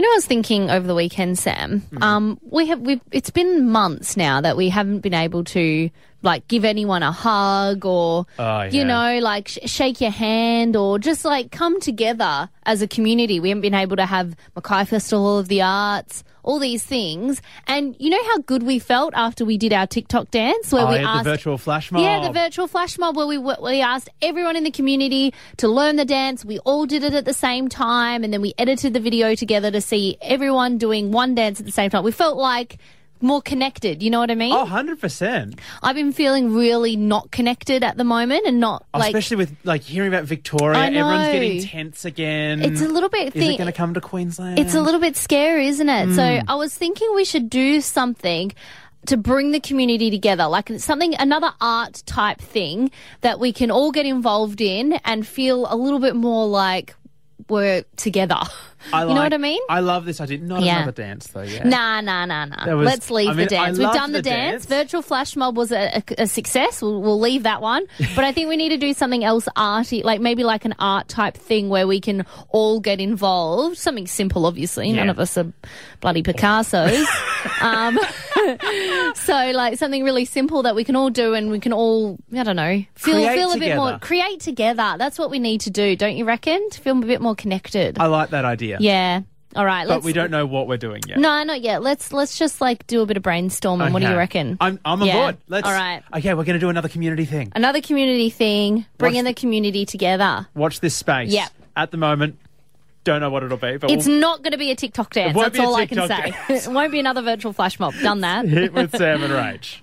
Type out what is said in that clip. I was thinking over the weekend, Sam. Mm. Um, we have we've, it's been months now that we haven't been able to like give anyone a hug or Oh, you yeah. know like sh- shake your hand or just like come together as a community. We haven't been able to have Mackay Festival of the Arts. All these things, and you know how good we felt after we did our TikTok dance, where Oh, we yeah, asked the virtual flash mob. yeah, the virtual flash mob where we we asked everyone in the community to learn the dance. We all did it at the same time, and then we edited the video together to see everyone doing one dance at the same time. We felt like more connected. You know what I mean? Oh, 100%. I've been feeling really not connected at the moment, and not like Especially with like hearing about Victoria. I Everyone's know. getting tense again. it's a little bit. Is thing- it going to come to Queensland? It's a little bit scary, isn't it? Mm. So I was thinking we should do something to bring the community together, like something, another art type thing that we can all get involved in and feel a little bit more like we're together. I you know what like- I mean? I love this idea. Not Yeah. another dance, though, yeah. Nah, nah, nah, nah. That was- Let's leave I mean, the dance. I We've loved done the, the dance. dance. Virtual flash mob was a, a, a success. We'll, we'll leave that one. But I think we need to do something else arty, like maybe like an art type thing where we can all get involved. Something simple, obviously. None Yeah. of us are bloody Picasso's. um, so like something really simple that we can all do and we can all, I don't know, feel, Create feel a bit more, together. create together. That's what we need to do, don't you reckon? To feel a bit more connected. I like that idea. yeah. All right. Uh, But let's, we don't know what we're doing yet. no, not yet. Let's let's just like do a bit of brainstorming. What do you Okay. reckon? I'm, I'm on Yeah. board. Let's, All right. Okay, we're going to do another community thing. Another community thing. Bring What's- in the community together. Watch this space. Yeah. At the moment, don't know what it'll be, but It's we'll not going to be a TikTok dance. won't That's be a all TikTok I can say. it won't be another virtual flash mob. Done that. hit with Sam and Rach.